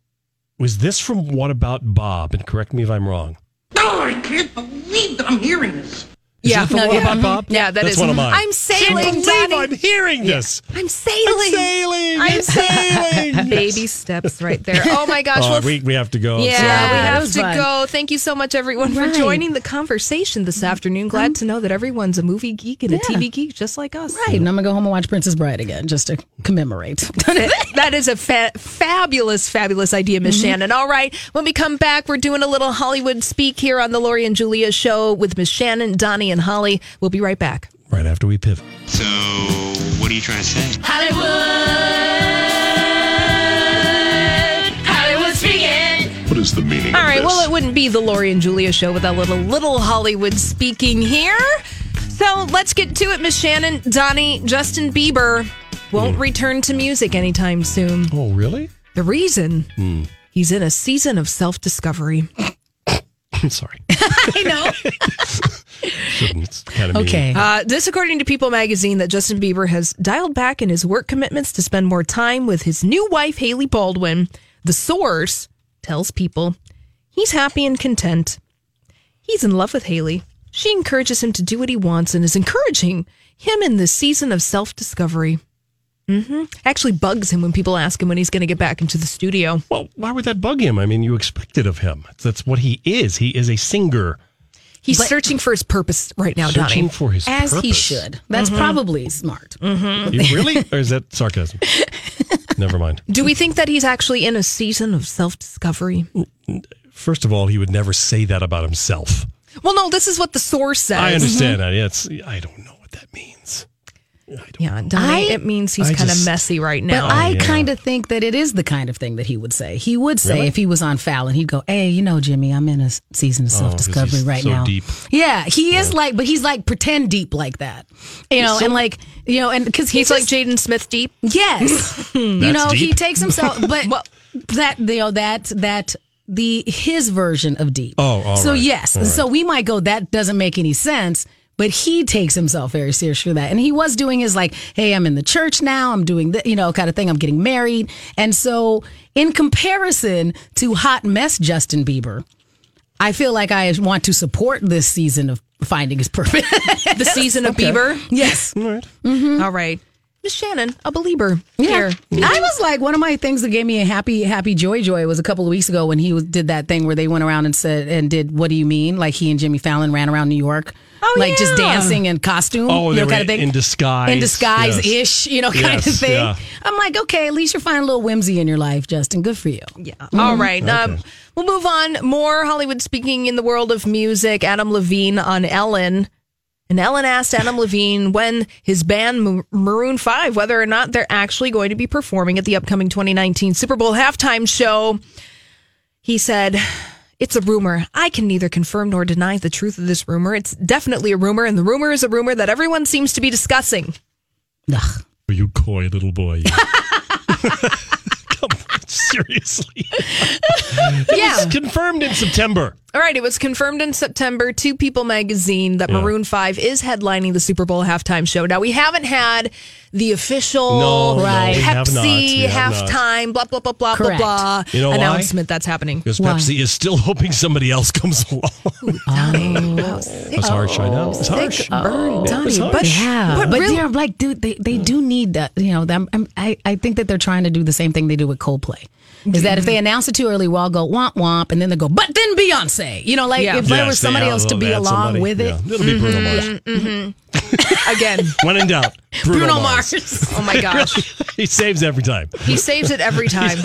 S4: Was this from What About Bob? And correct me if I'm wrong.
S16: Oh, I can't believe that I'm hearing this.
S4: Is that the one about
S1: mhm.
S4: Bob?
S1: Yeah, that
S4: That's
S1: is.
S4: one of mine.
S1: I'm sailing,
S4: Can't believe
S1: Johnny.
S4: I'm hearing this.
S1: I'm sailing.
S4: I'm sailing.
S1: Baby steps right there. Oh my gosh.
S4: Oh,
S1: well,
S4: we, we have to go.
S1: Yeah,
S4: Sorry.
S1: we have
S3: was
S1: to
S3: fun.
S1: go. Thank you so much, everyone,
S3: Right.
S1: for joining the conversation this afternoon. Glad to know that everyone's a movie geek and a TV geek, just like us. Mm-hmm.
S3: Right, and I'm gonna go home and watch Princess Bride again just to commemorate.
S1: that is a fa- fabulous, fabulous idea, Miss
S3: Mm-hmm.
S1: Shannon. All right, when we come back, we're doing a little Hollywood speak here on the Lori and Julia show with Miss Shannon, Donnie, and Holly. We'll be right back.
S4: Right after we pivot.
S5: So, what are you trying to say?
S16: Hollywood. Hollywood speaking.
S5: What is the meaning
S1: All right. Well, it wouldn't be the Lori and Julia show without little little Hollywood speaking here. So let's get to it, Miss Shannon. Donnie, Justin Bieber won't
S5: Hmm.
S1: return to music anytime soon.
S4: Oh, really?
S1: The reason
S4: Hmm.
S1: he's in a season of self discovery.
S4: I'm sorry.
S1: I know.
S4: Shouldn't. It's kind of mean.
S1: Uh, this, according to People magazine, that Justin Bieber has dialed back in his work commitments to spend more time with his new wife, Haley Baldwin. The source tells People he's happy and content. He's in love with Haley. She encourages him to do what he wants and is encouraging him in this season of self discovery. hmm Actually, bugs him when people ask him when he's going to get back into the studio.
S4: Well, why would that bug him? I mean, you expect it of him. That's what he is. He is a singer.
S1: He's searching for his purpose right now,
S4: Searching
S1: Donnie.
S4: for his
S3: As he
S4: purpose.
S3: should. That's
S1: Mhm.
S3: probably smart.
S4: You really? Or is that sarcasm? Never mind.
S1: Do we think that he's actually in a season of self discovery?
S4: First of all, he would never say that about himself.
S1: Well, no, this is what the source says.
S3: Uh-huh.
S4: I understand that. Yeah, it's, I don't know.
S1: Yeah, Donnie,
S3: I-
S1: it means he's
S3: I
S1: kind of
S3: just-
S1: messy right now.
S3: But I kind of think that it is the kind of thing that he would say. He would say
S1: Really?
S3: if he was on Fallon, he'd go, "Hey, you know, Jimmy, I'm in a s- season of
S4: Oh, 'cause
S3: self discovery
S4: he's
S3: right
S4: so
S3: now."
S4: deep.
S3: Yeah, he is like, but he's like pretend deep like that, you know,
S1: So-
S3: and like you know, and because he's
S1: like Jaden Smith deep.
S3: Yes, you
S1: That's
S3: know, he
S1: deep.
S3: takes himself, but that you know that that the his version of deep.
S4: Oh, all
S3: so
S4: right.
S3: yes,
S4: All right.
S3: so we might go that doesn't make any sense. But he takes himself very serious for that, and he was doing his like, "Hey, I'm in the church now. I'm doing the, you know, kind of thing. I'm getting married." And so, in comparison to hot mess Justin Bieber, I feel like I want to support this season of finding his purpose.
S1: the season of
S3: Okay.
S1: Bieber.
S3: Yes.
S4: All right.
S1: All right. Miss Shannon, a believer.
S3: Mm-hmm. Yeah.
S1: Here.
S3: I was like, one of my things that gave me a happy, happy joy joy was a couple of weeks ago when he was, did that thing where they went around and said, and did, what do you mean? Like he and Jimmy Fallon ran around New York.
S1: Oh,
S3: Like just
S1: yeah.
S3: dancing in costume.
S4: Oh,
S3: you
S4: they
S3: know,
S4: were
S3: kind of thing.
S4: in disguise.
S3: In disguise ish,
S4: Yes.
S3: you know, kind of
S4: Yes,
S3: thing.
S4: yeah.
S3: I'm like, okay, at least you're finding a little whimsy in your life, Justin. Good for you. Yeah.
S1: All right. Um, we'll move on. More Hollywood speaking in the world of music. Adam Levine on Ellen. And Ellen asked Adam Levine when his band Mar- Maroon 5, whether or not they're actually going to be performing at the upcoming 2019 Super Bowl halftime show. He said, It's a rumor. I can neither confirm nor deny the truth of this rumor. It's definitely a rumor, and the rumor is a rumor that everyone seems to be discussing.
S4: You coy little boy. you. Come on, seriously.
S1: Yeah.
S4: It's confirmed in September.
S1: All right, it was confirmed in September to People magazine that
S4: Yeah.
S1: Maroon 5 is headlining the Super Bowl halftime show. Now, we haven't had the official uh,
S4: No, no, Right. we have not. We
S1: Pepsi
S4: have not.
S1: halftime, blah, blah, blah, blah,
S4: Correct.
S1: blah, blah
S4: You know why?
S1: announcement that's happening.
S4: Because Pepsi is still hoping somebody else comes along.
S1: Oh,
S4: That's harsh, I know. It's harsh.
S1: Burn,
S4: Yeah, it's
S3: Donnie,
S4: harsh.
S3: but, yeah. but,
S1: Oh, but real-
S3: they're like, dude, they, they do need that. You know, them, I'm- I, I think that they're trying to do the same thing they do with Coldplay. is that if they announce it too early, we'll all go womp womp, and then they go, but then Beyonce. You know, like
S4: Yeah.
S3: if there
S4: Yes,
S3: was
S4: they
S3: somebody
S4: add-
S3: else to
S4: they'll
S3: be
S4: add
S3: along
S4: somebody.
S3: with it. Mm-hmm.
S4: Yeah, it'll be Bruno Mars.
S1: Mhm. Again,
S4: When in doubt, Bruno,
S1: Bruno,
S4: Mars.
S1: Mars. Oh my gosh.
S4: he saves every time.
S1: He saves it every time.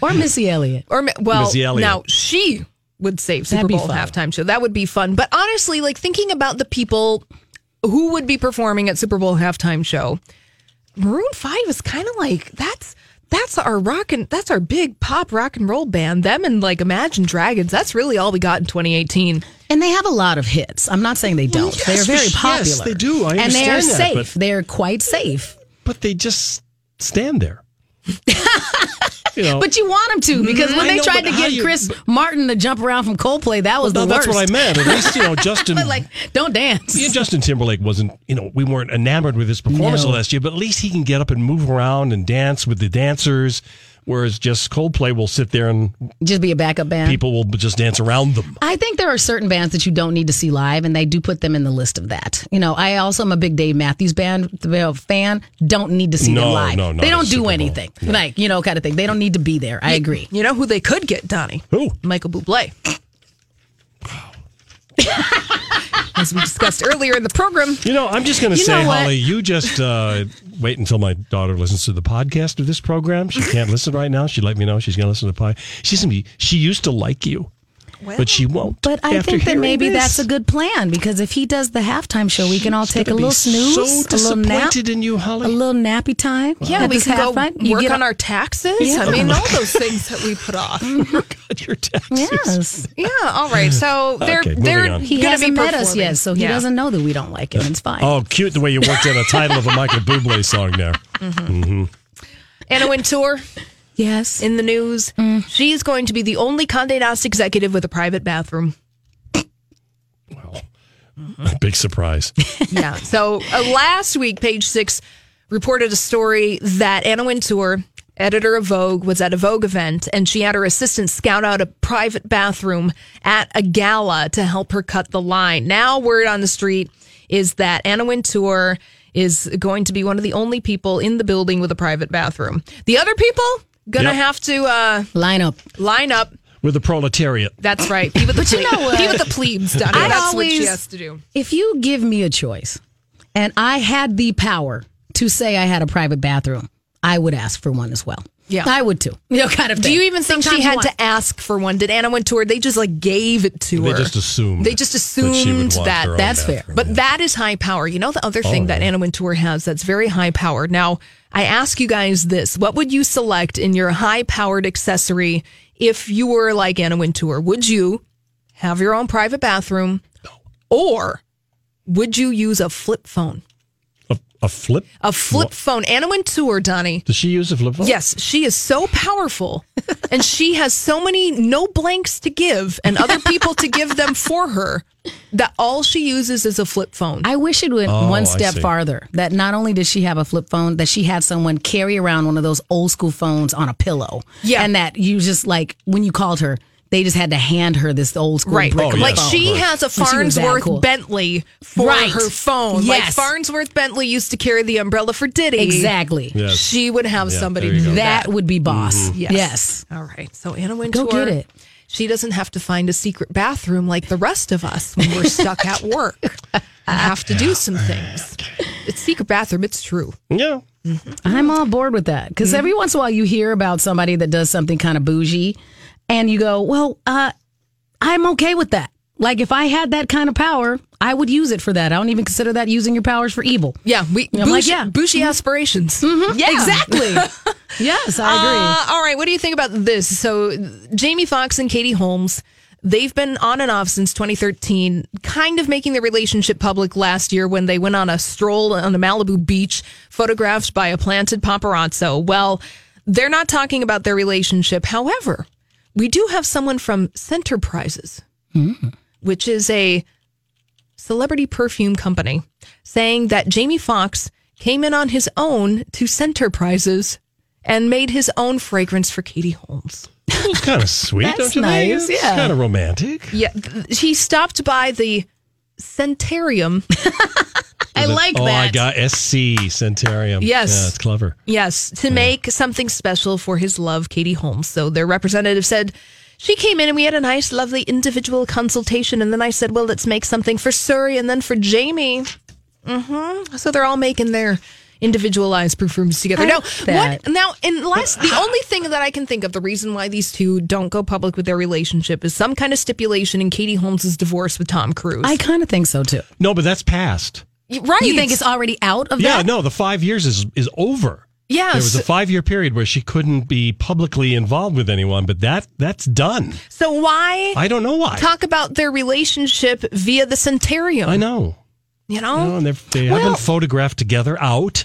S3: or Missy Elliott.
S1: Or mi- well,
S4: Missy Elliott.
S1: now she would save Super
S3: That'd be
S1: Bowl
S3: fun.
S1: halftime show. That would be fun. But honestly, like thinking about the people who would be performing at Super Bowl halftime show, Maroon Five is kind of like that's that's our rock and that's our big pop rock and roll band. Them and like Imagine Dragons. That's really all we got in 2018.
S3: And they have a lot of hits. I'm not saying they don't.
S1: Yes,
S3: They're very
S1: yes,
S3: popular.
S4: they do. I
S3: and Oh, they are
S4: understand that,
S3: safe. They're quite safe.
S4: But they just stand there. you know,
S3: But you want them to because
S4: Mm,
S3: when
S4: I
S3: they
S4: know,
S3: tried
S4: but
S3: to
S4: how
S3: get
S4: you-
S3: Chris Martin to jump around from Coldplay, that was
S4: Well,
S3: the
S4: no,
S3: worst.
S4: that's what I meant. At least, you know, Justin-
S3: But, like, don't dance.
S4: Yeah, Justin Timberlake wasn't, you know, we weren't enamored with his performance
S3: No.
S4: last year, but at least he can get up and move around and dance with the dancers, whereas just Coldplay will sit there and
S3: Just be a backup band.
S4: people will just dance around them.
S3: I think there are certain bands that you don't need to see live, and they do put them in the list of that. You know, I also am a big Dave Matthews band fan. Don't need to see them
S4: No,
S3: live.
S4: no, not
S3: they
S4: at
S3: don't
S4: Super
S3: do
S4: Bowl.
S3: anything, like you know, kind of thing. They don't need to be there. I agree.
S1: You know who they could get, Donnie?
S4: Who?
S1: Michael Bublé. As we discussed earlier in the program.
S4: You know, I'm just going to
S1: You
S4: say,
S1: know what?
S4: Holly, you just uh, wait until my daughter listens to the podcast of this program. She can't listen right now. She let me know she's going to listen to the pod. She's going to be, she used to like you, but she won't.
S3: But I
S4: after
S3: think that
S4: hearing
S3: maybe
S4: this.
S3: that's a good plan because if he does the halftime show, we can all take a
S4: gonna
S3: little
S4: be so
S3: snooze, a little nap,
S4: disappointed in you, Holly.
S3: a little nappy time.
S1: Yeah,
S3: at
S1: we
S3: this
S1: can go
S3: halftime. You
S1: work
S3: get
S1: on
S3: a-
S1: our taxes.
S3: Yeah. Mm.
S1: I mean,
S3: Oh my
S1: all those things that we put off.
S3: Yes.
S1: Yeah. All right. So they're
S4: Mm. Okay, moving
S1: they're
S4: on.
S3: He
S1: gonna
S3: hasn't
S1: be
S3: met us
S1: performing.
S3: yet, so he
S1: Yeah.
S3: doesn't know that we don't like him. It's fine.
S4: Oh, cute the way you worked in a title of a Michael Bublé song there. Mm-hmm.
S1: Anna Wintour.
S3: Yes.
S1: In the news,
S3: Mm.
S1: she is going to be the only Condé Nast executive with a private bathroom.
S4: Big surprise.
S1: yeah. So uh, last week, Page Six reported a story that Anna Wintour, editor of Vogue, was at a Vogue event and she had her assistant scout out a private bathroom at a gala to help her cut the line. Now, word on the street is that Anna Wintour is going to be one of the only people in the building with a private bathroom. The other people gonna
S4: Yep.
S1: have to uh,
S3: line up.
S1: Line up.
S4: With the proletariat.
S1: That's right. Be with the
S3: But you
S1: plebe-
S3: know what?
S1: Be with the plebes. Donnie.
S3: I
S1: That's what she
S3: always-
S1: has to do.
S3: If you give me a choice and I had the power to say I had a private bathroom, I would ask for one as well.
S1: Yeah.
S3: I would too. You know, kind of
S1: Do
S3: thing.
S1: you even think
S3: Sometimes
S1: she
S3: you
S1: had
S3: want-
S1: to ask for one? Did Anna Wintour? They just like gave it to
S4: They
S1: her.
S4: just assumed
S1: They just
S4: that she would
S1: assumed
S4: want
S1: that.
S4: her own
S1: That's fair.
S4: bathroom, Oh,
S1: But that is high power. You know the other thing that Anna Wintour has that's very high powered. Now I ask you guys this: What would you select in your high powered accessory if you were like Anna Wintour? Would you have your own private bathroom, or would you use a flip phone?
S4: A, a flip?
S1: A flip phone. Anna Wintour, Donnie.
S4: Does she use a flip phone?
S1: Yes, she is so powerful and she has so many no blanks to give and other people to give them for her that all she uses is a flip phone.
S3: I wish it went
S1: Oh,
S3: one
S1: I
S3: step
S1: see.
S3: farther. That not only did she have a flip phone, that she had someone carry around one of those old school phones on a pillow.
S1: Yeah.
S3: And that you just like, when you called her, they just had to hand her this old school
S1: Right.
S3: brick of a
S1: like
S3: phone.
S1: she has a
S3: And she was that
S1: Farnsworth
S3: cool.
S1: Bentley for
S3: Right.
S1: her phone. Like
S3: Yes.
S1: Farnsworth Bentley used to carry the umbrella for Diddy.
S3: Exactly. Yes.
S1: She would have
S3: Yeah,
S1: somebody
S3: there you
S1: do
S3: go.
S1: that.
S3: That would be boss. Mhm.
S1: Mm-hmm. Yes.
S3: Yes.
S1: All right. So Anna Wintour.
S3: get it.
S1: She doesn't have to find a secret bathroom like the rest of us when we're stuck at work. We have to do some things. It's secret bathroom. It's true.
S4: Yeah.
S3: I'm on board with that because every once in a while you hear about somebody that does something kind of bougie, and you go, "Well, uh, I'm okay with that. Like if I had that kind of power, I would use it for that. I don't even consider that using your powers for evil.
S1: Yeah, we
S3: I'm like,
S1: bougie-
S3: yeah,
S1: bougie aspirations. Mm-hmm.
S3: Yeah, exactly. yes, I agree.
S1: Uh, all right, what do you think about this? So, Jamie Foxx and Katie Holmes, they've been on and off since 2013, kind of making their relationship public last year when they went on a stroll on the Malibu beach, photographed by a planted paparazzo. Well, they're not talking about their relationship. However, we do have someone from Centerprises,
S3: Hmm.
S1: which is a celebrity perfume company, saying that Jamie Foxx came in on his own to center prizes and made his own fragrance for Katie Holmes.
S4: It's kind of sweet,
S1: That's
S4: don't you
S1: nice,
S4: think? It's
S1: yeah.
S4: kind of romantic.
S1: Yeah, th- he stopped by the Centarium I like
S4: oh, I
S1: that.
S4: got SC Centarium.
S1: Yes.
S4: Yeah, it's clever.
S1: Yes, to make something special for his love, Katie Holmes. So their representative said, she came in and we had a nice, lovely individual consultation. And then I said, well, let's make something for Suri and then for Jamie. hmm So they're all making their individualized perfumes together.
S3: I
S1: Now,
S3: like
S1: what,
S3: that.
S1: now, unless the only thing that I can think of, the reason why these two don't go public with their relationship is some kind of stipulation in Katie Holmes' divorce with Tom Cruise.
S3: I kind of think so too.
S4: No, but that's past.
S1: Right.
S3: You think it's already out of
S4: yeah,
S3: that?
S4: no, the five years is is over.
S1: Yes.
S4: There was a five year period where she couldn't be publicly involved with anyone, but that that's done.
S1: So why?
S4: I don't know why.
S1: Talk about their relationship via the Centarium.
S4: I know.
S1: You
S4: You know,
S1: know?
S4: and they're- they
S3: Well-
S4: haven't photographed together out,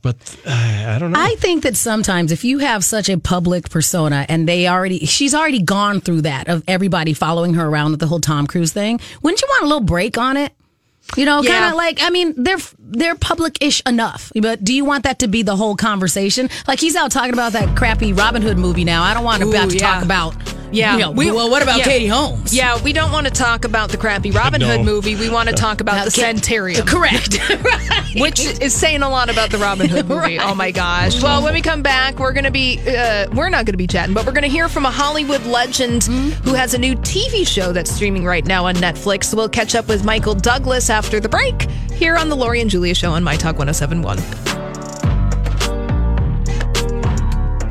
S4: but uh, I don't know.
S3: I think that sometimes if you have such a public persona and they already, she's already gone through that of everybody following her around with the whole Tom Cruise thing. Wouldn't you want a little break on it? You know, kind
S1: Yeah.
S3: of like I mean, they're they're public-ish enough, but do you want that to be the whole conversation? Like he's out talking about that crappy Robin Hood movie now. I don't want to
S1: Ooh,
S3: have to
S1: yeah.
S3: talk about.
S1: Yeah.
S3: You know, well, what about
S1: yeah.
S3: Katie Holmes?
S1: Yeah, we don't want to talk about the crappy Robin
S3: No.
S1: Hood movie. We want to talk about the Centurion.
S3: Correct.
S1: Which is saying a lot about the Robin Hood movie. Oh my gosh. Well, when we come back, we're going to be, uh, we're not going to be chatting, but we're going to hear from a Hollywood legend who has a new TV show that's streaming right now on Netflix. So we'll catch up with Michael Douglas after the break here on The Lori and Julia Show on My Talk 1071.